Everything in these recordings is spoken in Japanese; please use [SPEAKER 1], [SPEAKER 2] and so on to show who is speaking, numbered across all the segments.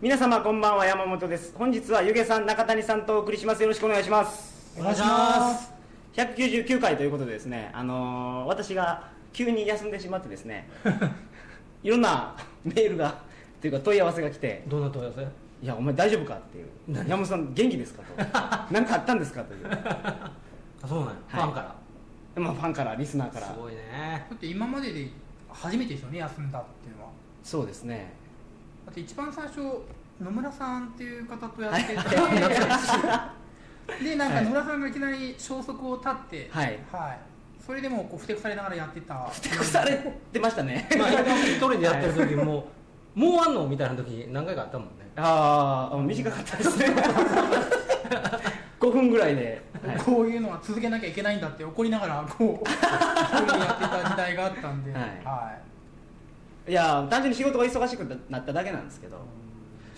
[SPEAKER 1] 皆様こんばんは山本です本日は湯気さん中谷さんとお送りしますよろしくお願いします
[SPEAKER 2] お願いします
[SPEAKER 1] 199回ということでですねあのー私が急に休んでしまってです ねいろんなメールがというか問い合わせが来て
[SPEAKER 2] どんな問い合わせ
[SPEAKER 1] いやお前大丈夫かっていう山本さん元気ですかと 何かあったんですかという、
[SPEAKER 2] あそうなんや、ファンか
[SPEAKER 1] まあ、ファンからリスナーから
[SPEAKER 2] らすごいね
[SPEAKER 3] だって今までで初めてですよね休んだっていうのは
[SPEAKER 1] そうですね
[SPEAKER 3] だって一番最初野村さんっていう方とやってて、でなん
[SPEAKER 1] は
[SPEAKER 3] か
[SPEAKER 1] い
[SPEAKER 3] 野村さんがいきなり消息を絶って
[SPEAKER 1] はい
[SPEAKER 3] それでもうこうふてくされながらやってた
[SPEAKER 1] 手 こされてました ね
[SPEAKER 2] まあ一人でやってる時ももうあんのみたいな時何回かあったもんね
[SPEAKER 1] ああ短かったです ね5分ぐらいで、はい
[SPEAKER 3] こういうのは続けなきゃいけないんだって怒りながらこう一人でやってた時代があったんで、
[SPEAKER 1] はい
[SPEAKER 3] はい
[SPEAKER 1] いや単純に仕事が忙しくなっただけなんですけど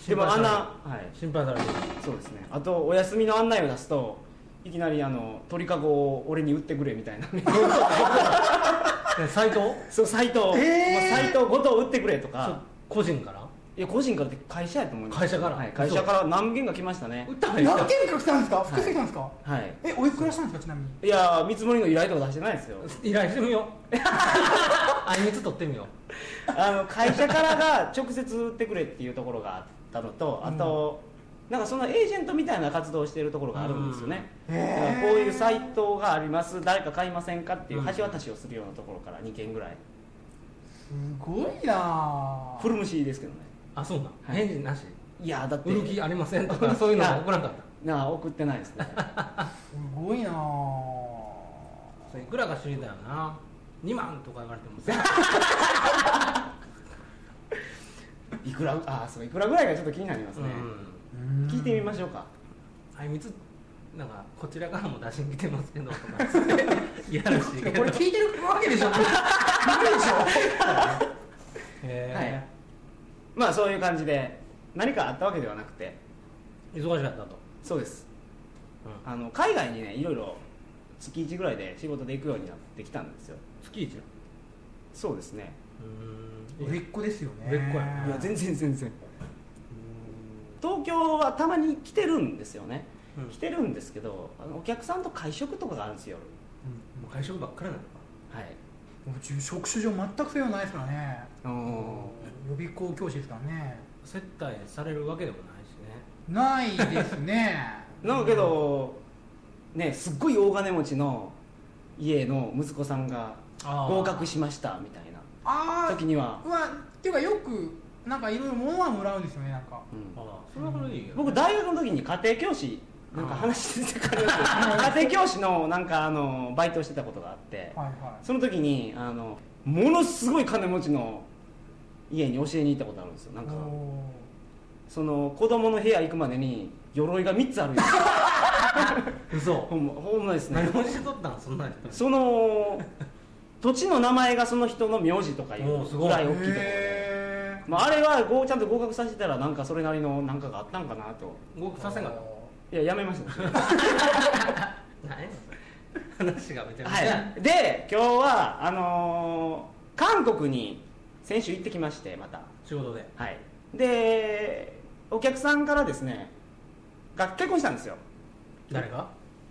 [SPEAKER 1] でもあんな、はい、
[SPEAKER 2] 心配されてる
[SPEAKER 1] そうですねあとお休みの案内を出すといきなりあの鳥かごを俺に売ってくれみたいな
[SPEAKER 2] えサイト
[SPEAKER 1] そう斎藤、
[SPEAKER 3] えー
[SPEAKER 1] まあ、斎藤ごと売ってくれと
[SPEAKER 2] そう
[SPEAKER 1] か
[SPEAKER 2] 個人から
[SPEAKER 1] いや個人からって会社やと思います
[SPEAKER 2] 会社から
[SPEAKER 1] はい、会社から何件か来ましたね
[SPEAKER 2] 売った
[SPEAKER 3] 何件か来たんですか複数来たんですか、
[SPEAKER 1] はい
[SPEAKER 3] えおいくらしたんですかちなみに
[SPEAKER 1] いや見積もりの依頼とか出してないですよ
[SPEAKER 2] 依頼してみよう あいみつ取ってみよ
[SPEAKER 1] あの会社からが直接売ってくれっていうところがあったのとあと、なんかそのエージェントみたいな活動をしているところがあるんですよね、
[SPEAKER 3] うん
[SPEAKER 1] だからこういうサイトがあります誰か買いませんかっていう
[SPEAKER 2] うん
[SPEAKER 1] 橋渡しをするようなところから2件ぐらい
[SPEAKER 3] すごいなあ
[SPEAKER 1] 古虫ですけどね
[SPEAKER 2] うあそうなん、
[SPEAKER 1] はい
[SPEAKER 2] 返事なし
[SPEAKER 1] いやだって
[SPEAKER 2] 売る気ありませんとかそういうのは送らんかっ
[SPEAKER 1] なあ送ってないです ね
[SPEAKER 3] すごいなあ
[SPEAKER 2] たそれいくらか知りたいよな2万とか言われてもさ
[SPEAKER 1] いくらあそういくらぐらいがちょっと気になります
[SPEAKER 2] う
[SPEAKER 1] ね、
[SPEAKER 2] ん
[SPEAKER 1] 聞いてみま
[SPEAKER 3] し
[SPEAKER 1] しょうか
[SPEAKER 2] あいみつなんかこちらからも出しに来てますけどとかつっていやらしいけど
[SPEAKER 3] これ聞いてるわけでしょ無理でし
[SPEAKER 1] はい
[SPEAKER 2] へ
[SPEAKER 1] まあそういう感じで何かあったわけではなくて
[SPEAKER 2] え忙しかったと、
[SPEAKER 1] そうです
[SPEAKER 2] うん
[SPEAKER 1] あの海外にねいろいろ月1ぐらいで仕事で行くようになってきたんですよ
[SPEAKER 2] 月一だ
[SPEAKER 1] そうですね
[SPEAKER 3] ょ
[SPEAKER 2] う
[SPEAKER 3] 売れっ子ですよね
[SPEAKER 2] 売れっ子やない
[SPEAKER 1] や全然全然東京はたまに来てるんですよね、
[SPEAKER 2] うん
[SPEAKER 1] 来てるんですけどあのお客さんと会食とかがあるんですよ、
[SPEAKER 2] もう会食ばっかりなのか
[SPEAKER 1] はい、
[SPEAKER 3] もうち職種上全くそういうのないですからね
[SPEAKER 1] お
[SPEAKER 3] 予備校教師ですからね
[SPEAKER 2] 接待されるわけでもないしね
[SPEAKER 3] ないですね
[SPEAKER 1] なんかけど、ねすっごい大金持ちの家の息子さんが
[SPEAKER 2] あー
[SPEAKER 1] 合格しましたみたいな
[SPEAKER 3] あ あ
[SPEAKER 1] 時には、
[SPEAKER 3] まあっていうかよくなんかいろいろ物はもらうんですよねなんか
[SPEAKER 1] うん
[SPEAKER 2] ああそれはそれでいいよ、
[SPEAKER 1] 僕大学の時に家庭教師なんか話してたから家庭教師のなんかあのバイトをしてたことがあって
[SPEAKER 3] はいは
[SPEAKER 1] その時にあのものすごい金持ちの家に教えに行ったことあるんですよなん
[SPEAKER 3] い
[SPEAKER 1] か
[SPEAKER 3] お
[SPEAKER 1] その子供の部屋行くまでに鎧が3つあるんです よ
[SPEAKER 2] 嘘
[SPEAKER 1] ほんまほんまですね
[SPEAKER 2] 何をしてとったんそんな人
[SPEAKER 1] その土地の名前がその人の名字とかい
[SPEAKER 2] お
[SPEAKER 1] う
[SPEAKER 2] ーす
[SPEAKER 1] ぐ
[SPEAKER 2] ごい
[SPEAKER 1] らい大
[SPEAKER 3] ー
[SPEAKER 1] きいところで、
[SPEAKER 3] へー
[SPEAKER 1] まあ、あれはごちゃんと合格させたらなんかそれなりのなんかがあったんかなと
[SPEAKER 2] 合格させんかっ
[SPEAKER 1] いややめましたね
[SPEAKER 2] た何やそれ話がめちゃめちゃ、
[SPEAKER 1] はい、で今日はあのー韓国に先週行ってきましてまた
[SPEAKER 2] 仕事で
[SPEAKER 1] はいでお客さんからですねが結婚したんですよ
[SPEAKER 2] 誰が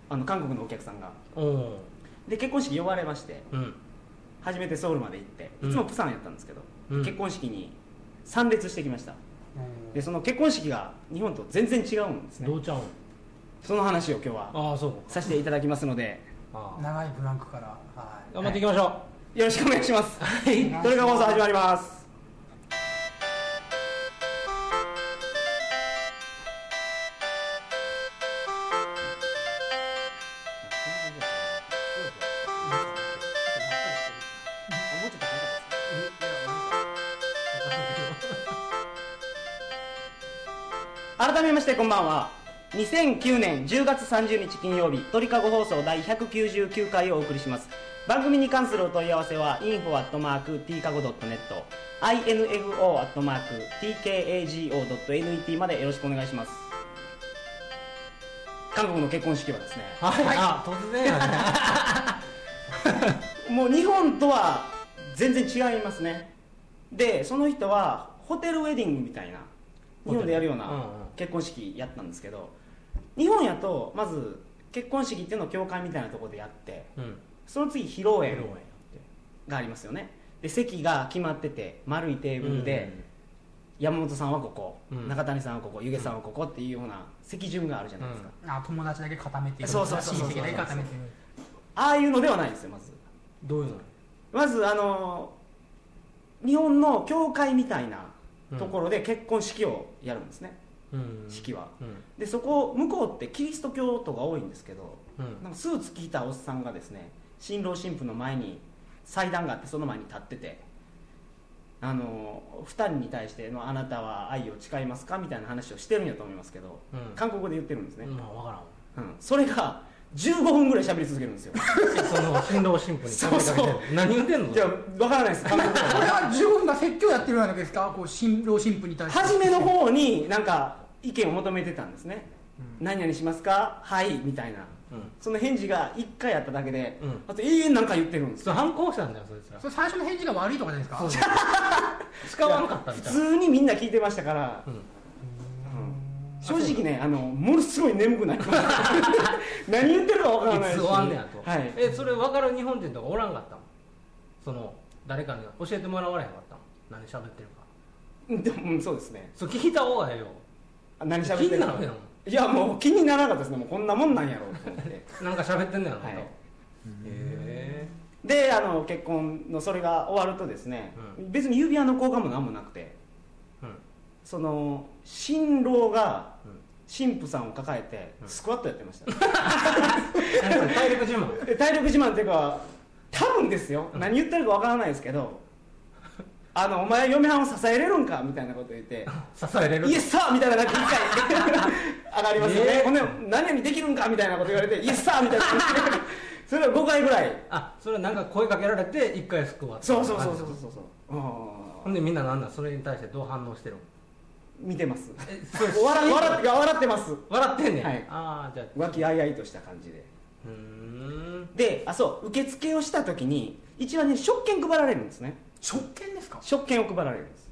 [SPEAKER 1] あの韓国のお客さんが
[SPEAKER 2] うん
[SPEAKER 1] で結婚式呼ばれまして
[SPEAKER 2] うん
[SPEAKER 1] 初めてソウルまで行って
[SPEAKER 2] う
[SPEAKER 1] い
[SPEAKER 2] ん
[SPEAKER 1] つもプサンやったんですけど、
[SPEAKER 2] うん
[SPEAKER 1] 結婚式に参列してきました
[SPEAKER 3] うん
[SPEAKER 1] でその結婚式が日本と全然違うんです
[SPEAKER 2] ど
[SPEAKER 1] ね
[SPEAKER 2] うちゃうん
[SPEAKER 1] その話を今日は
[SPEAKER 2] ああそう
[SPEAKER 1] させていただきますので
[SPEAKER 2] ああ
[SPEAKER 3] 長いブランクからはい
[SPEAKER 2] 頑張っていきましょう、
[SPEAKER 1] よろしくお願いします
[SPEAKER 2] はい
[SPEAKER 1] それが放送始まり ます改めましてこんばんは2009年10月30日金曜日鳥かご放送第199回をお送りします番組に関するお問い合わせは info.tkago.net info.tkago.net までよろしくお願いします韓国の結婚式はですね
[SPEAKER 2] はい、あ突然やね
[SPEAKER 1] もう日本とは全然違いますねでその人はホテルウェディングみたいな日本でやるような
[SPEAKER 2] うんうん
[SPEAKER 1] 結婚式やったんですけど日本やとまず結婚式っていうのを教会みたいなところでやって
[SPEAKER 2] うん
[SPEAKER 1] その次披露
[SPEAKER 2] 披
[SPEAKER 1] 宴
[SPEAKER 2] 露宴
[SPEAKER 1] がありますよねで席が決まってて丸いテーブルで、山本さんはここ、
[SPEAKER 2] うん
[SPEAKER 1] 中谷さんはここ湯気さんはここっていうような席順があるじゃないですか、
[SPEAKER 2] うん
[SPEAKER 3] あ友達だけ固めていく
[SPEAKER 1] そうそうそうそう
[SPEAKER 3] 親戚だけ固めていく
[SPEAKER 1] ああいうのではないんですよまず
[SPEAKER 2] どういうの
[SPEAKER 1] まずあの日本の教会みたいな
[SPEAKER 2] うん
[SPEAKER 1] ところで結婚式をやるんですね、
[SPEAKER 2] うん
[SPEAKER 1] 式は
[SPEAKER 2] うん
[SPEAKER 1] でそこ向こうってキリスト教徒が多いんですけど
[SPEAKER 2] うん
[SPEAKER 1] なんかスーツ着たおっさんがですね新郎新婦の前に祭壇があってその前に立っててあの2人に対しての「あなたは愛を誓いますか?」みたいな話をしてるんやと思いますけど、
[SPEAKER 2] うん
[SPEAKER 1] 韓国語で言ってるんですね、
[SPEAKER 2] まあわからんわ
[SPEAKER 1] うんそれが15分ぐらい喋り続けるんですよ
[SPEAKER 2] えその新郎新婦に
[SPEAKER 1] そうそう
[SPEAKER 2] 喋りかけて何言ってんの
[SPEAKER 1] いやわからないです韓国語
[SPEAKER 3] これは15分が説教やってるようなわけですかこう新郎新婦に対して
[SPEAKER 1] 初めの方になんか意見を求めてたんですね、何々しますかはいみたいな
[SPEAKER 2] うん
[SPEAKER 1] その返事が1回あっただけで、
[SPEAKER 2] うん
[SPEAKER 1] あと永遠なんか言ってるんです
[SPEAKER 2] それ反抗したんだよそいつら
[SPEAKER 3] それ最初の返事が悪いとかじゃないですか
[SPEAKER 2] そう使わんかったみ
[SPEAKER 1] 普
[SPEAKER 2] たいな
[SPEAKER 1] 通にみんな聞いてましたから、
[SPEAKER 2] うん
[SPEAKER 1] 正直ねあのものすごい眠くなりました 何言ってるかわからない
[SPEAKER 2] い
[SPEAKER 1] し
[SPEAKER 2] つ終わんねやと、
[SPEAKER 1] はい、
[SPEAKER 2] えそれ分かる日本人とかおらんかったのその誰かに教えてもらわれへんかったの何喋ってるか
[SPEAKER 1] でもうんそうですね
[SPEAKER 2] そう聞いた方がええよ
[SPEAKER 1] あ何喋って
[SPEAKER 2] 気に
[SPEAKER 1] る
[SPEAKER 2] なるや
[SPEAKER 1] いやもう気にならなかったですねもうこんなもんなんやろうと思って
[SPEAKER 2] なんか喋ってんのやろ、
[SPEAKER 1] はい
[SPEAKER 2] まだへえ
[SPEAKER 1] であの結婚のそれが終わるとですね、
[SPEAKER 2] う
[SPEAKER 1] 別に指輪の交換も何もなくて
[SPEAKER 2] うん
[SPEAKER 1] その新郎が
[SPEAKER 2] うん
[SPEAKER 1] 新婦さんを抱えて
[SPEAKER 2] うん
[SPEAKER 1] スクワットやってました、
[SPEAKER 2] なんか体力自慢
[SPEAKER 1] で体力自慢っていうか多分ですよ、
[SPEAKER 2] うん
[SPEAKER 1] 何言ってるかわからないですけどあのお前嫁はんを支えれるんかみたいなこと言 って
[SPEAKER 2] 支えれる
[SPEAKER 1] イエスサーみたいな感じで一 回上がりますよね、
[SPEAKER 2] えー
[SPEAKER 1] ほんで何々できるんかみたいなこと言われてイエスサーみたいな感じでそれを5回ぐらい
[SPEAKER 2] あそれなんか声かけられて一回救わ
[SPEAKER 1] そうそうそうそう
[SPEAKER 2] う
[SPEAKER 1] そうそうう
[SPEAKER 2] ほんでみんななんだそれに対してどう反応してるの
[SPEAKER 1] ん見てます
[SPEAKER 2] えそ
[SPEAKER 1] 笑笑って笑ってます
[SPEAKER 2] 笑ってんねん、
[SPEAKER 1] はい
[SPEAKER 2] ああじゃあ
[SPEAKER 1] 和気あいあいとした感じで
[SPEAKER 2] うーん
[SPEAKER 1] であそう受付をした時に一番ね食券配られるんですね
[SPEAKER 3] 食券ですか
[SPEAKER 1] 食券を配られるんです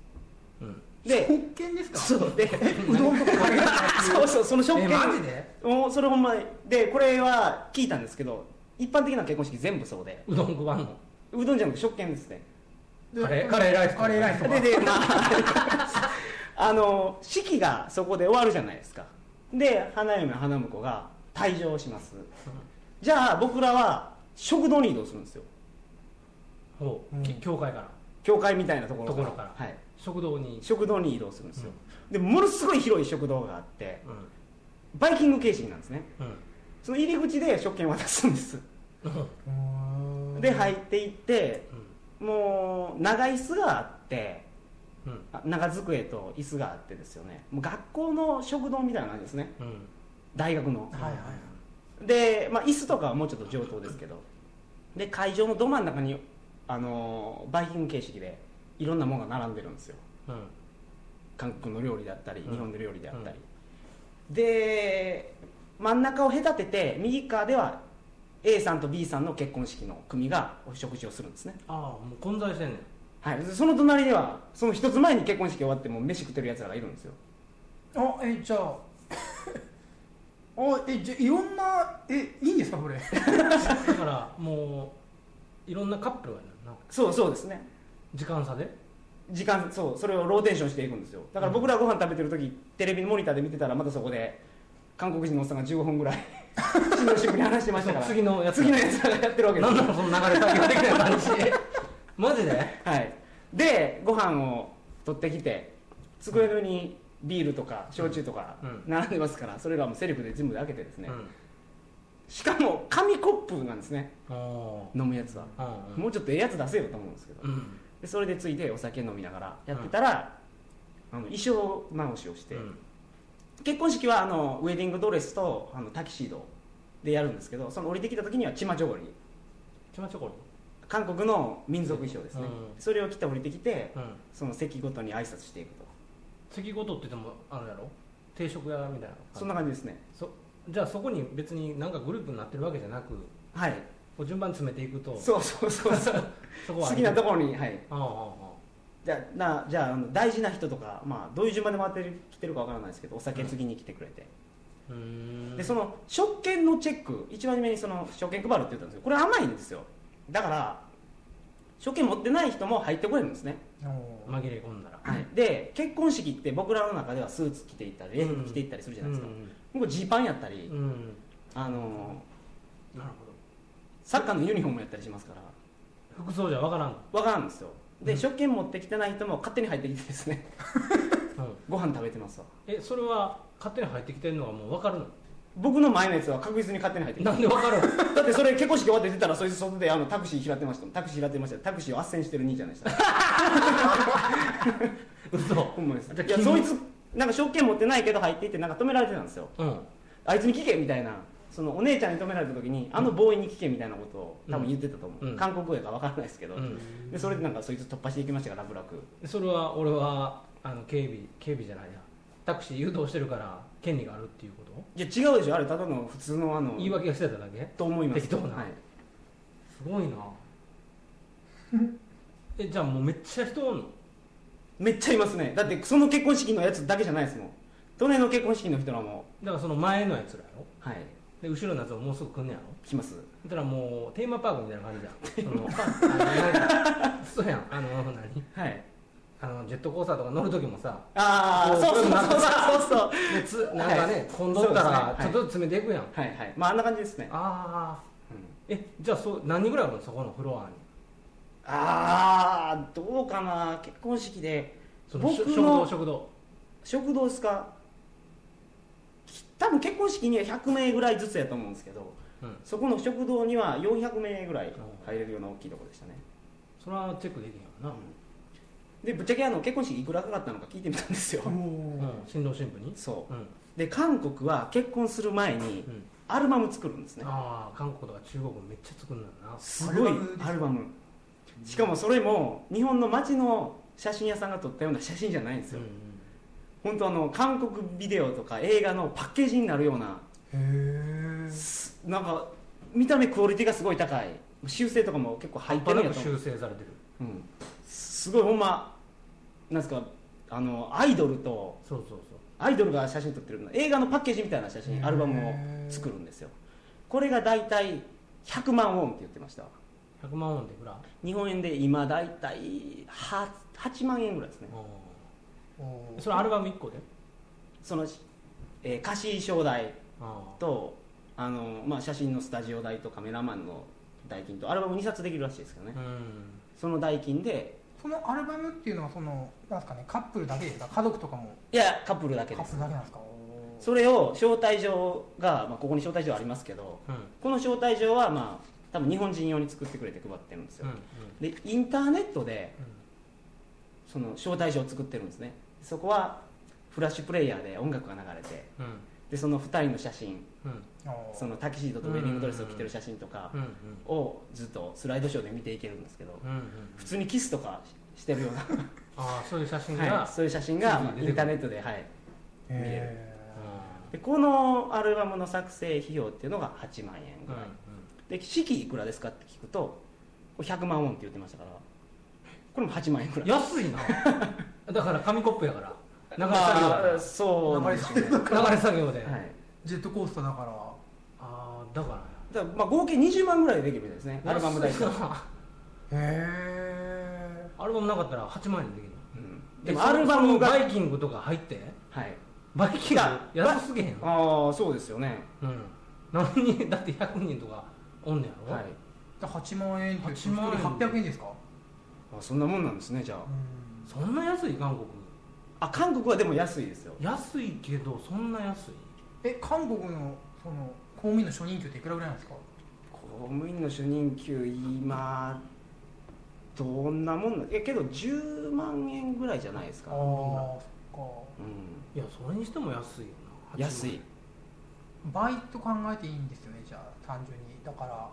[SPEAKER 2] うん
[SPEAKER 1] で
[SPEAKER 3] 食券ですか
[SPEAKER 1] そうで
[SPEAKER 3] うどんとかカレーと か
[SPEAKER 1] そうそうその食
[SPEAKER 2] え
[SPEAKER 1] 券
[SPEAKER 2] マジで
[SPEAKER 1] もうそれほんまにでこれは聞いたんですけど一般的な結婚式全部そうで
[SPEAKER 2] うどん食わんの
[SPEAKER 1] うどんじゃなくて食券ですね
[SPEAKER 3] で
[SPEAKER 2] カレーカレーライスとか
[SPEAKER 3] カレーライスとか
[SPEAKER 1] ででまあ あの式がそこで終わるじゃないですかで花嫁花婿が退場しますじゃあ僕らは食堂に移動するんですよ
[SPEAKER 2] ほう、
[SPEAKER 3] うん
[SPEAKER 2] き教会から
[SPEAKER 1] 教会みたいなところ
[SPEAKER 2] ところから
[SPEAKER 1] はい、
[SPEAKER 2] 食堂に
[SPEAKER 1] 食堂に移動するんですよ、でものすごい広い食堂があって
[SPEAKER 2] う
[SPEAKER 1] バイキング形式なんですね
[SPEAKER 2] んうん
[SPEAKER 1] その入り口で食券渡すんです
[SPEAKER 2] うん
[SPEAKER 3] うーん
[SPEAKER 1] で入っていってもう長い椅子があって
[SPEAKER 2] うん
[SPEAKER 1] あ長机と椅子があってですよねもう学校の食堂みたいな感じですね
[SPEAKER 2] うん
[SPEAKER 1] 大学の
[SPEAKER 3] はいはい
[SPEAKER 1] で、まあ、椅子とかはもうちょっと上等ですけどで会場のど真ん中にあのーバイキング形式でいろんなものが並んでるんですよ
[SPEAKER 2] うん
[SPEAKER 1] 韓国の料理だったり
[SPEAKER 2] うん
[SPEAKER 1] 日本の料理であったり、で真ん中を隔てて右側では A さんと B さんの結婚式の組がお食事をするんですね
[SPEAKER 2] ああもう混在してんねん
[SPEAKER 1] はい、でその隣にはその一つ前に結婚式終わってもう飯食ってるやつらがいるんですよ
[SPEAKER 3] あえじゃああえじゃあいろんなえいいんですかこれ
[SPEAKER 2] だからもういろんなカップルがいるのな
[SPEAKER 1] そうそうですね
[SPEAKER 2] 時間差で
[SPEAKER 1] 時間そうそれをローテーションしていくんですよだから僕らご飯食べてる時テレビのモニターで見てたらまたそこで韓国人のおっさんが15分ぐらい 新郎新婦に話してましたから
[SPEAKER 2] そう次のやつ
[SPEAKER 1] 次のやつらがやってるわけで
[SPEAKER 2] なんなのその流れ作業的な感 じマジです
[SPEAKER 1] はいでご飯を取ってきて机の上にビールとか焼酎とか
[SPEAKER 2] うん
[SPEAKER 1] 並んでますから、それらもセリフで全部で開けてです
[SPEAKER 2] う
[SPEAKER 1] ね、
[SPEAKER 2] ん
[SPEAKER 1] しかも紙コップなんですね
[SPEAKER 2] お
[SPEAKER 1] 飲むやつは、
[SPEAKER 2] ーうん
[SPEAKER 1] もうちょっとええやつ出せよと思うんですけど、
[SPEAKER 2] うん
[SPEAKER 1] でそれでついでお酒飲みながらやってたら、あの衣装直しをして、
[SPEAKER 2] うん
[SPEAKER 1] 結婚式はあのウェディングドレスとあのタキシードでやるんですけどその降りてきた時にはチマチョゴリ
[SPEAKER 2] 気持ちよかっ
[SPEAKER 1] 韓国の民族衣装ですね、
[SPEAKER 2] う
[SPEAKER 1] それを着て降りてきて
[SPEAKER 2] たうん
[SPEAKER 1] その席ごとに挨拶していくと
[SPEAKER 2] 席ごとって言ってもあるやろ定食屋みたいな
[SPEAKER 1] そんな感じですね
[SPEAKER 2] そじゃあそこに別になんかグループになってるわけじゃなく
[SPEAKER 1] はい
[SPEAKER 2] こう順番に詰めていくと
[SPEAKER 1] そうそうそうそう
[SPEAKER 2] そこは
[SPEAKER 1] 好きなところにはい
[SPEAKER 2] あああああ
[SPEAKER 1] じゃあなじゃああの大事な人とか、まあ、どういう順番で回ってる来てるかわからないですけどお酒継ぎに来てくれて、
[SPEAKER 2] うーん
[SPEAKER 1] でその食券のチェック一番初めにその食券配るって言ったんですけどこれ甘いんですよだから食券持ってない人も入ってこれるんですね、
[SPEAKER 3] おー
[SPEAKER 2] 紛れ込んだら
[SPEAKER 1] はい、で結婚式って僕らの中ではスーツ着ていったりレー
[SPEAKER 2] うん
[SPEAKER 1] フ着ていったりするじゃないですか、
[SPEAKER 2] うん
[SPEAKER 1] 僕ジーパンやったり、
[SPEAKER 2] うんうん
[SPEAKER 1] あの
[SPEAKER 2] なる
[SPEAKER 1] サッカーのユニフォームやったりしますから
[SPEAKER 2] ほど服装じゃわからん
[SPEAKER 1] わからんですよで、
[SPEAKER 2] うん
[SPEAKER 1] 食券持ってきてない人も勝手に入ってきてですね
[SPEAKER 2] の、うん、
[SPEAKER 1] ご飯食べてますわ
[SPEAKER 2] えそれは勝手に入ってきてるのがもうわかるの
[SPEAKER 1] 僕の前のやつは確実に勝手に入ってきて
[SPEAKER 2] なんでわかるの
[SPEAKER 1] だってそれ結婚式終わって出たらそいつ外であのタクシー拾ってましたもんタクシー拾ってましたよタクシーを斡旋してる兄ちゃんでした
[SPEAKER 2] 嘘
[SPEAKER 1] ほんまです
[SPEAKER 2] じゃあ
[SPEAKER 1] いや
[SPEAKER 2] 君
[SPEAKER 1] そいつなんか証券持ってないけど入っていってなんか止められてたんですよ
[SPEAKER 2] うん
[SPEAKER 1] あいつに聞けみたいなそのお姉ちゃんに止められた時にあのボーイに聞けみたいなことを多分言ってたと思う、
[SPEAKER 2] うん
[SPEAKER 1] 韓国語やから分からないですけど、
[SPEAKER 2] うん
[SPEAKER 1] でそれでなんかそいつ突破していきましたから楽々
[SPEAKER 2] でそれは俺はあの警備警備じゃないやタクシー誘導してるから権利があるっていうこ
[SPEAKER 1] いや違うでしょあれただの普通のあ
[SPEAKER 2] と
[SPEAKER 1] の
[SPEAKER 2] 言い訳がしてただけ
[SPEAKER 1] と思います
[SPEAKER 2] 適当な
[SPEAKER 1] はい、
[SPEAKER 2] すごい なえじゃあもうめっちゃ人おんの
[SPEAKER 1] めっちゃいますねだってその結婚式のやつだけじゃないですもん隣の結婚式の人らも
[SPEAKER 2] だからその前のやつらやろ
[SPEAKER 1] はい
[SPEAKER 2] で後ろのやつももうすぐ来んねやろ
[SPEAKER 1] 来ます
[SPEAKER 2] だからもうテーマパークみたいな感じじゃんそのあの 何そうやんあの何
[SPEAKER 1] はい
[SPEAKER 2] あのジェットコースターとか乗る時もさ
[SPEAKER 1] ああそうそうそうそうそうそう
[SPEAKER 2] でつなんかね、
[SPEAKER 1] はい
[SPEAKER 2] 混んどったらち
[SPEAKER 1] そ
[SPEAKER 2] ょ
[SPEAKER 1] うですねはい
[SPEAKER 2] っとずつ詰めていくやん、
[SPEAKER 1] はいはいまああんな感じですね、
[SPEAKER 2] ああ
[SPEAKER 1] うん
[SPEAKER 2] えじゃあそう何人ぐらいあるのそこのフロアに
[SPEAKER 1] あーどうかな結婚式で
[SPEAKER 2] その
[SPEAKER 1] 僕
[SPEAKER 2] 食
[SPEAKER 1] の
[SPEAKER 2] 堂食堂
[SPEAKER 1] 食堂ですかき多分結婚式には100名ぐらいずつやと思うんですけど
[SPEAKER 2] うん
[SPEAKER 1] そこの食堂には400名ぐらい
[SPEAKER 2] お
[SPEAKER 1] 入れるような大きいところでしたね、
[SPEAKER 2] それはチェックできへんやろな、
[SPEAKER 1] でぶっちゃけあの結婚式いくらかかったのか聞いてみたんですよ、
[SPEAKER 2] う
[SPEAKER 3] お
[SPEAKER 2] ん
[SPEAKER 3] ー
[SPEAKER 2] 新郎新婦に
[SPEAKER 1] そ
[SPEAKER 2] うん、
[SPEAKER 1] うで韓国は結婚する前に
[SPEAKER 2] うん
[SPEAKER 1] アルバム作るんですね
[SPEAKER 2] ああ韓国とか中国めっちゃ作るんだよな
[SPEAKER 1] すごい
[SPEAKER 3] アルバムですか
[SPEAKER 1] アルバムしかもそれも日本の街の写真屋さんが撮ったような写真じゃないんですよ、
[SPEAKER 2] うん
[SPEAKER 1] 本当あの韓国ビデオとか映画のパッケージになるような
[SPEAKER 3] へえ
[SPEAKER 1] すなんか見た目クオリティがすごい高い修正とかも結構入って
[SPEAKER 2] うん、
[SPEAKER 1] る
[SPEAKER 2] なん
[SPEAKER 1] や
[SPEAKER 2] んか
[SPEAKER 1] と思う、
[SPEAKER 2] 修正されてる
[SPEAKER 1] うん、すごいほんまなんですかあのアイドルと
[SPEAKER 2] そうそう
[SPEAKER 1] アイドルが写真撮ってるの映画のパッケージみたいな写
[SPEAKER 3] へ
[SPEAKER 1] 真
[SPEAKER 3] ー
[SPEAKER 1] アルバムを作るんですよこれが大体100万ウォンって言ってました
[SPEAKER 2] そう100万ウォンでいくら、
[SPEAKER 1] 日本円で今大体 8, 8万円ぐらいですね
[SPEAKER 2] う
[SPEAKER 3] お
[SPEAKER 2] ん、
[SPEAKER 3] ー
[SPEAKER 2] それアルバム1個で
[SPEAKER 1] その、えー歌詞衣装代
[SPEAKER 2] ああ
[SPEAKER 1] とあの、まあ、写真のスタジオ代とカメラマンの代金とアルバム2冊できるらしいですけどね、
[SPEAKER 2] うん
[SPEAKER 1] その代金で
[SPEAKER 3] そのアルバムっていうのはそのなんですかねカップルだけですか家族とかも
[SPEAKER 1] いやカップルだけで
[SPEAKER 3] カップ
[SPEAKER 1] す
[SPEAKER 3] ルだけなんですか
[SPEAKER 1] それを招待状が、まあ、ここに招待状ありますけど
[SPEAKER 2] うん
[SPEAKER 1] この招待状はまあ多分日本人用に作ってくれて配ってるんです
[SPEAKER 2] う
[SPEAKER 1] よ
[SPEAKER 2] ん、
[SPEAKER 1] でインターネットで
[SPEAKER 2] うん
[SPEAKER 1] その招待状を作ってるんですねそこはフラッシュプレイヤーで音楽が流れて
[SPEAKER 2] うん
[SPEAKER 1] でその2人の写真
[SPEAKER 2] うん
[SPEAKER 3] おー
[SPEAKER 1] そのタキシードとウェディングドレスを着てる写真とか
[SPEAKER 2] うんうん
[SPEAKER 1] をずっとスライドショーで見ていけるんですけど
[SPEAKER 2] うんうん
[SPEAKER 1] 普通にキスとかして るような
[SPEAKER 2] ああそういう写真が、
[SPEAKER 1] はい、そういう写真がまあ
[SPEAKER 2] 出てく
[SPEAKER 1] イ
[SPEAKER 2] る
[SPEAKER 1] ンターネットで、はい、
[SPEAKER 3] へ
[SPEAKER 1] 見れる
[SPEAKER 2] う
[SPEAKER 1] でこのアルバムの作成費用っていうのが8万円ぐ
[SPEAKER 2] んう
[SPEAKER 1] らい、
[SPEAKER 2] ん
[SPEAKER 1] で式いくらですかって聞くとこれ100万ウォンって言ってましたからこれも8万円ぐらい
[SPEAKER 2] 安い なだから紙コップやから流れ作業
[SPEAKER 1] ま
[SPEAKER 2] や
[SPEAKER 1] あそうなんですよね、はい、
[SPEAKER 2] から流れ作業で、
[SPEAKER 3] ジェットコースターだから
[SPEAKER 2] ああだから
[SPEAKER 1] だからまあ合計20万ぐらいでできるみたいですねアルバム代
[SPEAKER 2] 安い
[SPEAKER 1] と、
[SPEAKER 2] な
[SPEAKER 3] へ
[SPEAKER 2] アルバムなかったら8万円でできる
[SPEAKER 1] うん、でも
[SPEAKER 2] え
[SPEAKER 1] アルバムが
[SPEAKER 2] そ
[SPEAKER 1] はい
[SPEAKER 2] のバイキングとか入ってバイキン
[SPEAKER 1] い
[SPEAKER 2] グ
[SPEAKER 1] や
[SPEAKER 2] 安すぎへん
[SPEAKER 1] ああそうですよね
[SPEAKER 2] うん何人だって100人とかおんねやろ、
[SPEAKER 1] はい
[SPEAKER 3] え8万円って
[SPEAKER 2] 8万円
[SPEAKER 3] 一人800円ですか
[SPEAKER 1] あそんなもんなんですねじゃ
[SPEAKER 3] うん
[SPEAKER 2] そんな安い韓国
[SPEAKER 1] ああ韓国はでも安いですよ
[SPEAKER 2] 安いけどそんな安い
[SPEAKER 3] え韓国のその公務員の初任給っていくらぐらいなんですか
[SPEAKER 1] 公務員の主任給今どんなもんなえけど10万円ぐらいじゃないです
[SPEAKER 3] あ
[SPEAKER 1] か、う
[SPEAKER 3] ーそ
[SPEAKER 1] ん、
[SPEAKER 2] いやそれにしても安いよな8万
[SPEAKER 1] 安い
[SPEAKER 3] っかバイト考えていいんですよねじゃあ単純にだから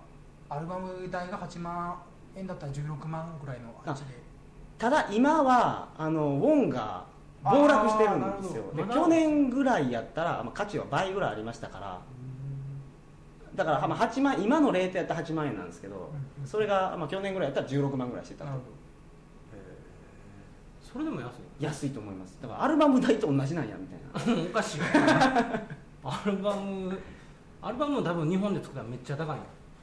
[SPEAKER 3] アルバム代が8万円だったら16万ぐらいの話で
[SPEAKER 1] ただ今はあのウォンが暴落してるんですよ
[SPEAKER 2] あーなるほど
[SPEAKER 1] で
[SPEAKER 2] まだ
[SPEAKER 1] 去年ぐらいやったら、まあ、価値は倍ぐらいありましたからだから、まあ、8万今のレートやったら8万円なんですけど
[SPEAKER 3] うんうん
[SPEAKER 1] それが、まあ、去年ぐらいやったら16万ぐらいしてた
[SPEAKER 3] なる
[SPEAKER 1] と
[SPEAKER 3] ほど
[SPEAKER 2] それでも安い
[SPEAKER 1] 安いと思いますだからアルバム代と同じなんやみたいな
[SPEAKER 2] お かしいよアルバムアルバムも多分日本で作ったらめっちゃ高いんや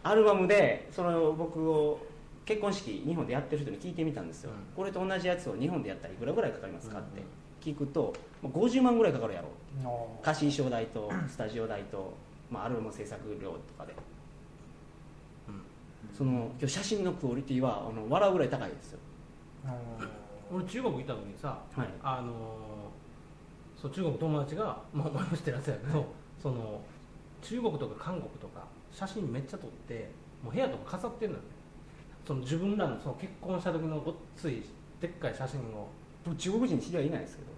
[SPEAKER 1] アルバムでそれを僕を結婚式日本でやってる人に聞いてみたんですよ、
[SPEAKER 2] うん
[SPEAKER 1] これと同じやつを日本でやったらいくらぐらいかかりますかって
[SPEAKER 2] うん
[SPEAKER 1] 聞くと、まあ50万ぐらいかかるやろ
[SPEAKER 3] の
[SPEAKER 1] 歌詞衣装代とスタジオ代と、まあ、アルバム制作料とかでその今日写真のクオリティはあの笑うぐらい高いですよ
[SPEAKER 2] 俺中国行った時にさ、
[SPEAKER 1] はい
[SPEAKER 2] あのーそう中国友達が、まあ、お前も知ってるやつやけど、その中国とか韓国とか写真めっちゃ撮ってもう部屋とか飾ってんのよその自分らのその結婚した時のごっついでっかい写真を
[SPEAKER 1] 僕中国人に知り合いいないですけど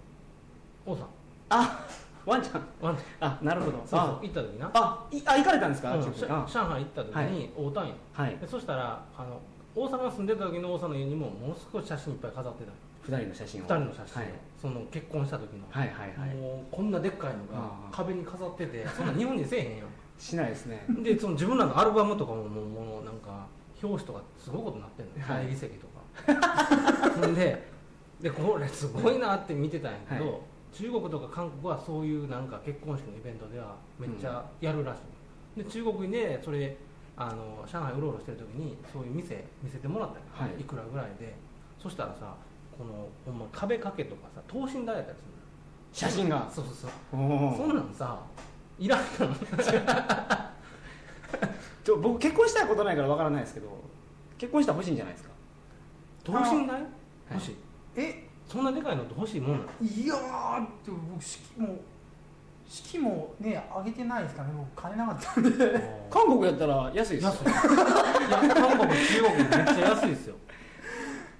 [SPEAKER 2] 王さん
[SPEAKER 1] あワンちゃん
[SPEAKER 2] ワンそう
[SPEAKER 1] あなるほど
[SPEAKER 2] そう
[SPEAKER 1] あ
[SPEAKER 2] 行った時な
[SPEAKER 1] あいあ行かれたんですか、
[SPEAKER 2] うん
[SPEAKER 1] 中
[SPEAKER 2] し
[SPEAKER 1] 国
[SPEAKER 2] ゃ
[SPEAKER 1] あ
[SPEAKER 2] 上海行った時に会うたんや、
[SPEAKER 1] はい
[SPEAKER 2] でそしたらあの王さんが住んでた時の王さんの家にもものすごい写真いっぱい飾ってた
[SPEAKER 1] 2人の写真を
[SPEAKER 2] 2人の写真を、
[SPEAKER 1] はい、
[SPEAKER 2] その結婚した時の
[SPEAKER 1] はいはいはい
[SPEAKER 2] もうこんなでっかいのが
[SPEAKER 1] ああ
[SPEAKER 2] 壁に飾っててそんなん日本人せえへんよ
[SPEAKER 1] しないですね
[SPEAKER 2] でその自分らのアルバムとかももうもうなんか表紙とかすごいことになってんの
[SPEAKER 1] はい
[SPEAKER 2] 大理石とか ほんででこれすごいなって見てたんやけど、
[SPEAKER 1] はい
[SPEAKER 2] 中国とか韓国はそういうなんか結婚式のイベントではめっちゃやるらしい、で中国でそれあの上海うろうろしてる時にそういう店見せてもらったんや
[SPEAKER 1] はい
[SPEAKER 2] いくらぐらいでそしたらさこのほんま壁掛けとかさ等身大やったりするの
[SPEAKER 1] 写真が
[SPEAKER 2] そうそうそう
[SPEAKER 1] お
[SPEAKER 2] そ
[SPEAKER 1] ー
[SPEAKER 2] んなんさいらんやん
[SPEAKER 1] ちょ僕結婚したことないからわからないですけど結婚したら欲しいんじゃないですか
[SPEAKER 2] 等身大欲しい
[SPEAKER 3] え
[SPEAKER 2] そんなでかいのって欲しいもんなの
[SPEAKER 3] いやーって僕式も式もね上げてないですからね僕金な かったんで
[SPEAKER 1] 韓国やったら安いですよ
[SPEAKER 2] 安いいや韓国中国めっちゃ安いですよ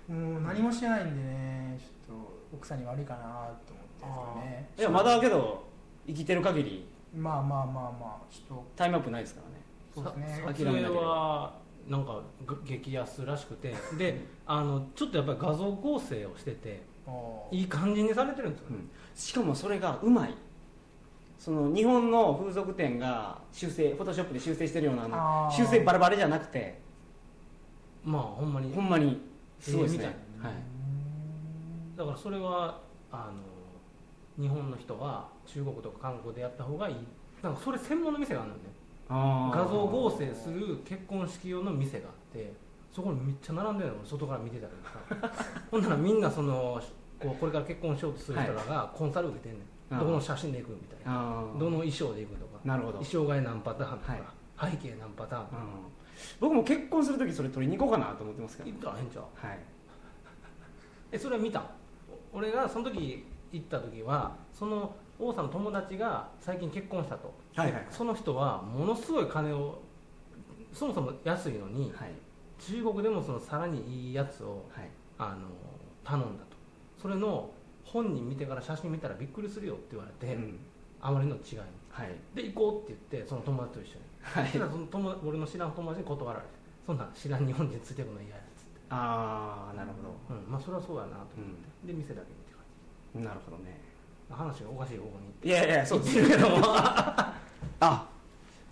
[SPEAKER 3] もう何もしてないんでねちょっと奥さんに悪いかなと思ってるんですけどね
[SPEAKER 1] いやまだけど生きてる限り
[SPEAKER 3] まあまあまあまあちょっ
[SPEAKER 1] タイムアップないですからね
[SPEAKER 3] とそうですね
[SPEAKER 1] さ
[SPEAKER 2] 撮影はなんか激安らしくてであのちょっとやっぱり画像合成をしてて
[SPEAKER 3] おー
[SPEAKER 2] いい感じにされてるんですよね、
[SPEAKER 1] しかもそれがうまいその日本の風俗店が修正フォトショップで修正してるようなあの
[SPEAKER 3] あー
[SPEAKER 1] 修正バラバラじゃなくて
[SPEAKER 2] まあほんまに
[SPEAKER 1] ほんまにすごいです
[SPEAKER 2] ええ
[SPEAKER 1] ね、
[SPEAKER 2] み
[SPEAKER 1] はいう
[SPEAKER 3] ーん
[SPEAKER 2] だからそれはあの日本の人は中国とか韓国でやった方がいいなんかそれ専門の店があるのね
[SPEAKER 1] あー
[SPEAKER 2] 画像合成する結婚式用の店があってそこにめっちゃ並んでるの俺外から見てたけどさほんならみんなそのこうこれから結婚しようとする人らがコンサル受けてんねん、
[SPEAKER 1] あー
[SPEAKER 2] どの写真で行くみたいな
[SPEAKER 1] あー
[SPEAKER 2] どの衣装で行くとか
[SPEAKER 1] なるほど、
[SPEAKER 2] 衣装替え何パターンとか、背景何パターン
[SPEAKER 1] う
[SPEAKER 2] と
[SPEAKER 1] ん
[SPEAKER 2] か、
[SPEAKER 1] 僕も結婚する時それ取りに行こうかなと思ってますけど
[SPEAKER 2] 行ったらええんちゃう
[SPEAKER 1] はい
[SPEAKER 2] えそれは見たんお俺がその時行った時はその王さんの友達が最近結婚したと
[SPEAKER 1] はいはい
[SPEAKER 2] その人はものすごい金をそもそも安いのに
[SPEAKER 1] はい
[SPEAKER 2] 中国でもそのさらにいいやつを
[SPEAKER 1] はい
[SPEAKER 2] あの頼んだとそれの本人見てから写真見たらびっくりするよって言われて、
[SPEAKER 1] うん
[SPEAKER 2] あまりの違いに
[SPEAKER 1] はい
[SPEAKER 2] で行こうって言ってその友達と一緒に、
[SPEAKER 1] は
[SPEAKER 2] そした
[SPEAKER 1] い
[SPEAKER 2] らその友達俺の知らん友達に断られてそんなん知らん日本人ついてくの嫌やっつって、
[SPEAKER 1] ああなるほ
[SPEAKER 2] うん、まあそれはそうやなと、
[SPEAKER 1] ど
[SPEAKER 2] で店だけ見て帰って
[SPEAKER 1] うんなるほどね
[SPEAKER 2] 話がおかしい方向
[SPEAKER 1] い
[SPEAKER 2] に
[SPEAKER 1] やいやそうですけどあ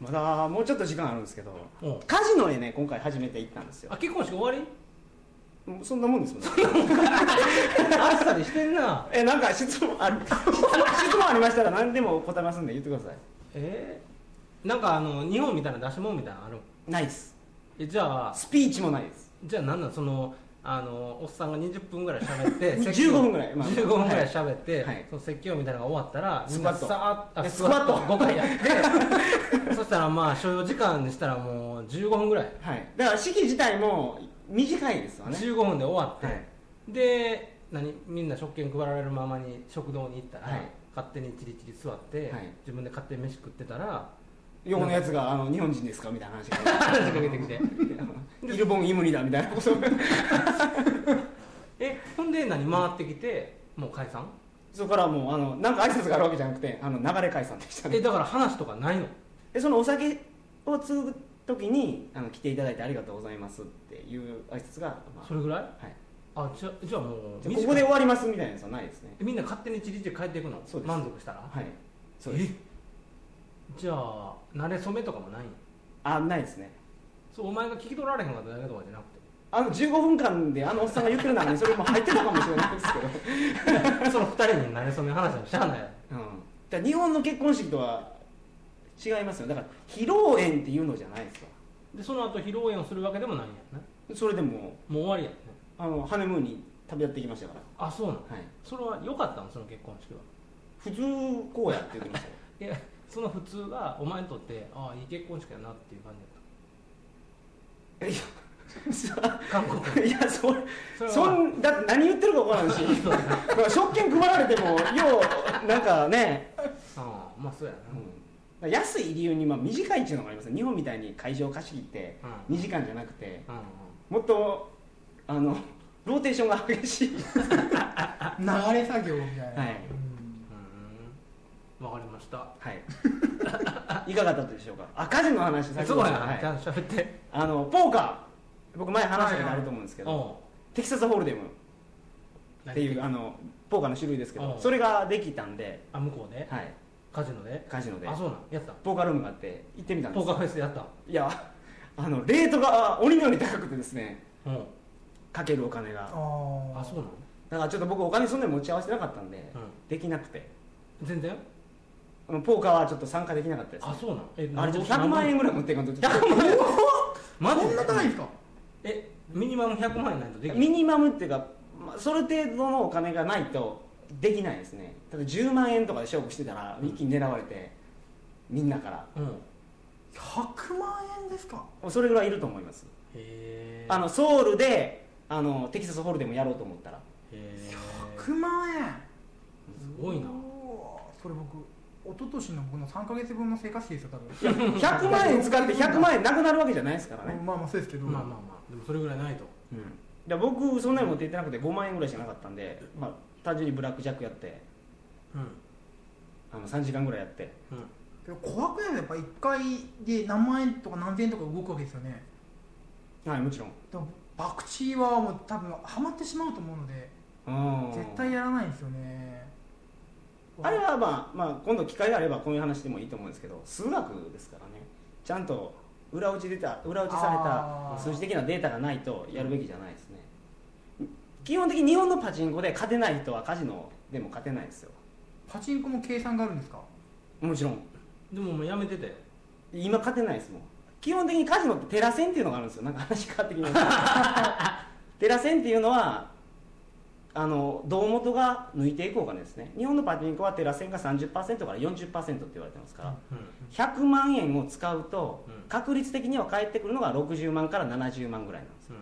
[SPEAKER 1] まだもうちょっと時間あるんですけど
[SPEAKER 2] うん
[SPEAKER 1] カジノへね今回初めて行ったんですよ
[SPEAKER 2] あ結婚式終わり
[SPEAKER 1] もうそんなもんですもん ね
[SPEAKER 2] あっさりしてんな
[SPEAKER 1] えなんか質問ある 質問ありましたら何でも答えますんで言ってください
[SPEAKER 2] えー、なんかあの日本みたいな出し物みたいなのあるん
[SPEAKER 1] ないです
[SPEAKER 2] えじゃあ
[SPEAKER 1] スピーチもないです
[SPEAKER 2] じゃあなんなんそのあのおっさんが20分ぐらい喋って
[SPEAKER 1] 15分ぐらいまあ
[SPEAKER 2] 15分ぐらい喋って、
[SPEAKER 1] はい
[SPEAKER 2] その説教みたいなのが終わったら
[SPEAKER 1] スクワット
[SPEAKER 2] みんなさーっ
[SPEAKER 1] え
[SPEAKER 2] あ
[SPEAKER 1] スクワット
[SPEAKER 2] 5回やっ てそしたらまあ所要時間にしたらもう15分ぐらい、
[SPEAKER 1] はいだから式自体も短いですよね
[SPEAKER 2] 15分で終わって、
[SPEAKER 1] はい
[SPEAKER 2] で何みんな食券配られるままに食堂に行ったら、
[SPEAKER 1] はい
[SPEAKER 2] 勝手にチリチリ座って、
[SPEAKER 1] はい
[SPEAKER 2] 自分で勝手に飯食ってたら
[SPEAKER 1] 横のやつがあの日本人ですかみたいな話
[SPEAKER 2] 話し
[SPEAKER 1] が
[SPEAKER 2] かけてきて
[SPEAKER 1] イルボンイムニだみたいなこと
[SPEAKER 2] えほんで何回ってきてもう解散
[SPEAKER 1] そこからもうあのなんか挨拶があるわけじゃなくてあの流れ解散でしたね
[SPEAKER 2] えだから話とかないの
[SPEAKER 1] でそのお酒を継ぐ時にあの来ていただいてありがとうございますっていう挨拶が、ま
[SPEAKER 2] それぐらい
[SPEAKER 1] あはい、
[SPEAKER 2] あじゃじゃあもう
[SPEAKER 1] じゃあここで終わりますみたいなやつはないですね
[SPEAKER 2] えみんな勝手にチリチリ帰っていくの
[SPEAKER 1] そうです
[SPEAKER 2] 満足したら
[SPEAKER 1] はいそうです
[SPEAKER 2] えじゃあ慣れ初めとかもないん
[SPEAKER 1] あないですね
[SPEAKER 2] そうお前が聞き取られへんかっただけとかじゃなくて
[SPEAKER 1] あの15分間であのおっさんが言ってる中にそれも入ってたかもしれないですけど、
[SPEAKER 2] その二人に何そんな話はしゃあないやろ
[SPEAKER 1] うん、だから日本の結婚式とは違いますよだから披露宴っていうのじゃないですわ
[SPEAKER 2] でその後披露宴をするわけでもないんやんね
[SPEAKER 1] それでも
[SPEAKER 2] もう終わりやんね
[SPEAKER 1] あのハネムーンに旅立ってきましたか
[SPEAKER 2] あそうなの
[SPEAKER 1] ら、はい、
[SPEAKER 2] それは良かったのその結婚式は
[SPEAKER 1] 普通こうやって言ってましたよ
[SPEAKER 2] いやその普通がお前にとってああいい結婚式やなっていう感じだった韓国
[SPEAKER 1] いやそれ
[SPEAKER 2] それは
[SPEAKER 1] そんだって何言ってるか分からんし 食券配られてもようなんかね、
[SPEAKER 2] ああまあそうやな、
[SPEAKER 1] うんだから安い理由にまあ短いっていうのがありますね日本みたいに会場貸し切って
[SPEAKER 2] うん
[SPEAKER 1] 2時間じゃなくて
[SPEAKER 2] うんうん
[SPEAKER 1] もっとあの ローテーションが激しい、
[SPEAKER 3] 流れ作業みたいな、
[SPEAKER 1] はい
[SPEAKER 3] うん
[SPEAKER 2] うんわかりました
[SPEAKER 1] はい、 いかがだったでしょうかあカジノの話先ほ
[SPEAKER 2] そう
[SPEAKER 1] ど
[SPEAKER 2] や
[SPEAKER 1] は
[SPEAKER 2] ないちゃんと喋って
[SPEAKER 1] あのポーカー僕前話したことあると思うんですけど、
[SPEAKER 2] お
[SPEAKER 1] テキサスホールデム
[SPEAKER 2] う
[SPEAKER 1] っていうあのポーカーの種類ですけど、
[SPEAKER 2] うん
[SPEAKER 1] それができたんで、
[SPEAKER 2] あ向こうで
[SPEAKER 1] はい、
[SPEAKER 2] カジノで
[SPEAKER 1] カジノで
[SPEAKER 2] あそうなのやった
[SPEAKER 1] ポーカールームがあって行ってみたんで
[SPEAKER 2] ポ
[SPEAKER 1] す
[SPEAKER 2] ーカーフェイスやった
[SPEAKER 1] いやあのレートが鬼のように高くてですね
[SPEAKER 2] うん
[SPEAKER 1] かけるお金が
[SPEAKER 3] あ
[SPEAKER 2] あそうなの
[SPEAKER 1] だからちょっと僕お金そんなに持ち合わせてなかったんで、
[SPEAKER 2] うん
[SPEAKER 1] できなくて
[SPEAKER 2] 全然
[SPEAKER 1] あのポーカーはちょっと参加できなかったです
[SPEAKER 2] あそうなのえ
[SPEAKER 1] あれちょっと100万円ぐらい持っていかんとちょっと
[SPEAKER 2] マジ
[SPEAKER 3] こんな高いん
[SPEAKER 2] で
[SPEAKER 3] ですか
[SPEAKER 2] えミニマム100万円ないとでき な
[SPEAKER 1] ミ
[SPEAKER 2] い
[SPEAKER 1] ニマムっていうか、まあ、それ程度のお金がないとできないですねただ10万円とかで勝負してたら
[SPEAKER 2] うん
[SPEAKER 1] 一気に狙われて、みんなから
[SPEAKER 2] うんへ
[SPEAKER 3] 100万円ですか
[SPEAKER 1] それぐらいいると思います、
[SPEAKER 2] え
[SPEAKER 1] あのソウルであのテキサスホールでもやろうと思ったら
[SPEAKER 2] へえ
[SPEAKER 3] 100万円
[SPEAKER 2] すごいな
[SPEAKER 3] うわそれ僕一昨年の僕の3か月分の生活費ですよ多分
[SPEAKER 1] 100万円使って100万円なくなるわけじゃないですからね、
[SPEAKER 3] まあまあそうですけど、
[SPEAKER 2] まあまあまあでもそれぐらいないと
[SPEAKER 1] うん、いや僕そんなに持っていってなくて5万円ぐらいしかなかったんで、まあ、単純にブラックジャックやって
[SPEAKER 2] うん
[SPEAKER 1] あの3時間ぐらいやって
[SPEAKER 2] うん
[SPEAKER 3] でも怖くないですかやっぱ1回で何万円とか何千円とか動くわけですよね
[SPEAKER 1] はいもちろん
[SPEAKER 3] でもバクチーはもう多分ハマってしまうと思うので
[SPEAKER 1] うん
[SPEAKER 3] 絶対やらないんですよね
[SPEAKER 1] あれはまあ、まあ、今度機会があればこういう話でもいいと思うんですけど数学ですからねちゃんと裏打ち出た裏打ちさ
[SPEAKER 3] あ
[SPEAKER 1] れ
[SPEAKER 3] ー
[SPEAKER 1] た数字的なデータがないとやるべきじゃないですね基本的に日本のパチンコで勝てない人はカジノでも勝てないですよ
[SPEAKER 3] パチンコも計算があるんですか
[SPEAKER 1] もちろん
[SPEAKER 2] でももうやめてて
[SPEAKER 1] 今勝てないですもん基本的にカジノってテラ戦っていうのがあるんですよなんか話変わってきました テラ戦っていうのはあの胴元が抜いていくお金ですね日本のパチンコはテラ戦が30%から40%って言われてますから、
[SPEAKER 2] うん
[SPEAKER 1] 100万円を使うと
[SPEAKER 2] うん
[SPEAKER 1] 確率的には返ってくるのが60万から70万ぐらいなんです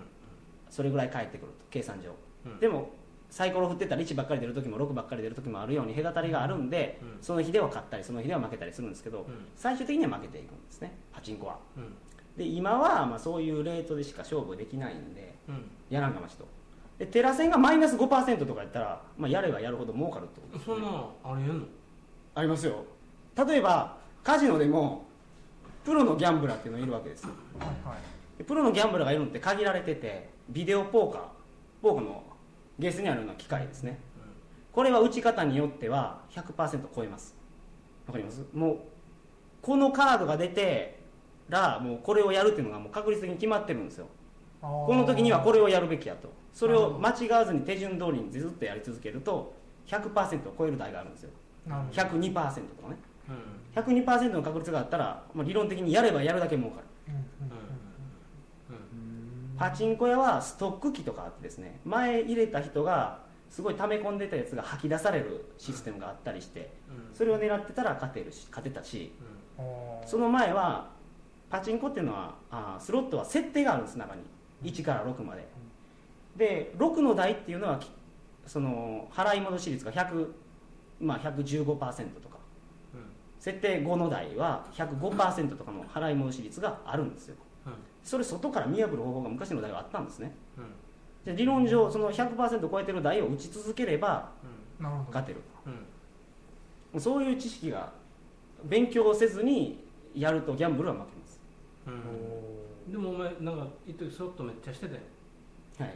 [SPEAKER 1] それぐらい返ってくると計算上、
[SPEAKER 2] うんうん
[SPEAKER 1] でもサイコロ振ってたら1ばっかり出る時も6ばっかり出る時もあるように隔たりがあるんで、
[SPEAKER 2] うん
[SPEAKER 1] その日では勝ったりその日では負けたりするんですけど、
[SPEAKER 2] うん
[SPEAKER 1] 最終的には負けていくんですねパチンコは
[SPEAKER 2] うん
[SPEAKER 1] で今はまあそういうレートでしか勝負できないんで
[SPEAKER 2] うん
[SPEAKER 1] やらんかましとでテラ戦がマイナス5%とかやったら、まあ、やればやるほど儲かるってことです
[SPEAKER 2] そ
[SPEAKER 1] ね
[SPEAKER 2] んなのありえんの
[SPEAKER 1] ありますよ例えばカジノでもプロのギャンブラーっていうのがいるわけですよ
[SPEAKER 3] はいはい
[SPEAKER 1] でプロのギャンブラーがいるのって限られててビデオポーカーポーカーのゲースにあるような機械ですねこれは打ち方によっては100%超えますわかりますもうこのカードが出てらもうこれをやるっていうのがもう確率的に決まってるんですよ
[SPEAKER 3] あー
[SPEAKER 1] この時にはこれをやるべきやとそれを間違わずに手順通りにずっとやり続けると100%を超える台があるんですよ
[SPEAKER 3] なるほど
[SPEAKER 1] 102%とかね
[SPEAKER 2] うん
[SPEAKER 1] 102%の確率があったら、まあ、理論的にやればやるだけ儲かる
[SPEAKER 3] うん
[SPEAKER 2] うんうん
[SPEAKER 3] うん
[SPEAKER 2] うん
[SPEAKER 1] パチンコ屋はストック機とかあってですね前入れた人がすごい溜め込んでたやつが吐き出されるシステムがあったりして
[SPEAKER 2] うんうん
[SPEAKER 1] それを狙ってたら勝てるし勝てたし
[SPEAKER 2] う
[SPEAKER 3] あー
[SPEAKER 1] その前はパチンコっていうのはあースロットは設定があるんです中に1から6までで6の台っていうのはきその払い戻し率が100、まあ、115%とか
[SPEAKER 2] んうん
[SPEAKER 1] 設定5の台は105%とかの払い戻し率があるんですよそれ外から見破る方法が昔の台はあったんですね
[SPEAKER 2] うん
[SPEAKER 1] じゃあ理論上その100%超えてる台を打ち続ければ
[SPEAKER 3] なるほど
[SPEAKER 1] 勝てる
[SPEAKER 2] うんうん
[SPEAKER 1] そういう知識が勉強せずにやるとギャンブルは負けます
[SPEAKER 2] うんでもお前なんか一時スロットめっちゃしてたよ
[SPEAKER 1] はい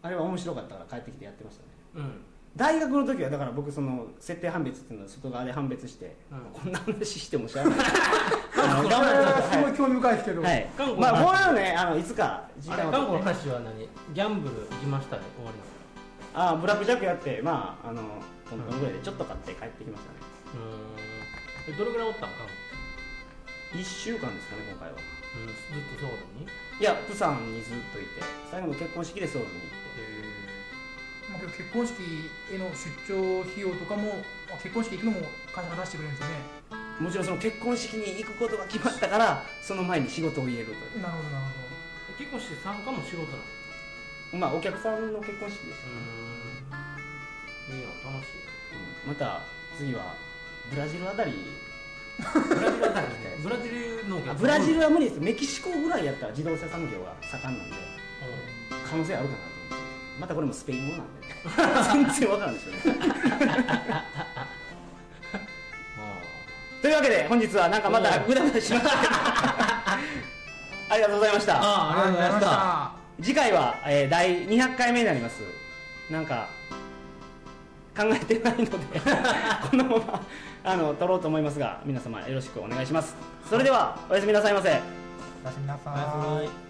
[SPEAKER 1] あれは面白かったから帰ってきてやってましたね
[SPEAKER 2] うん
[SPEAKER 1] 大学の時はだから僕その設定判別っていうのは外側で判別して、
[SPEAKER 2] うん
[SPEAKER 1] こんな話してもしゃあないあの
[SPEAKER 3] い
[SPEAKER 1] 頑張ってくだ
[SPEAKER 3] や
[SPEAKER 1] さ
[SPEAKER 3] す
[SPEAKER 1] い
[SPEAKER 3] ごい興味深いですけど、
[SPEAKER 1] はい
[SPEAKER 2] 韓、国の話
[SPEAKER 1] まあこれはねあのいつか時
[SPEAKER 2] あれ
[SPEAKER 1] 間を取
[SPEAKER 2] 韓国
[SPEAKER 1] って
[SPEAKER 2] の歌詞は何ギャンブル行きましたで終わります
[SPEAKER 1] あブラックジャックやってまああのトントンぐらいでちょっと買って帰ってきましたね、
[SPEAKER 2] うーんえどれぐらいおったん韓
[SPEAKER 1] 1週間ですかね今回は
[SPEAKER 2] 国、うん、ずっとソウルに
[SPEAKER 1] いやプサンにずっといて最後の結婚式でソウルに行って
[SPEAKER 3] まあ、結婚式への出張費用とかも、まあ結婚式行くのも会社が出してくれるんですよね
[SPEAKER 1] もちろんその結婚式に行くことが決まったからその前に仕事を入れるとい
[SPEAKER 3] なるほどなる
[SPEAKER 2] え結婚して参加も仕事な
[SPEAKER 1] うまあお
[SPEAKER 2] のう
[SPEAKER 1] 客さんの結婚式でした、
[SPEAKER 2] ーんいいな楽しい
[SPEAKER 1] うんまた次はブラジルあたり
[SPEAKER 2] ブラジルあたりねブラジル農
[SPEAKER 1] あ
[SPEAKER 2] 家
[SPEAKER 1] ブラジルは無理ですメキシコぐらいやったら自動車産業が盛んなんで可能性あるかなと思ってまたこれもスペイン語なんで全然わからんでしょうねというわけで本日はなんかまたグダグダしましたけどありがとうございました
[SPEAKER 2] あ
[SPEAKER 3] ほどあ
[SPEAKER 1] 次回は、えー第200回目になりますなんか考えてないのでこのままあの撮ろうと思いますが皆様よろしくお願いしますそれではおやすみなさいませ
[SPEAKER 3] りがとうございましたおやすみ
[SPEAKER 2] あ
[SPEAKER 3] なさい
[SPEAKER 2] い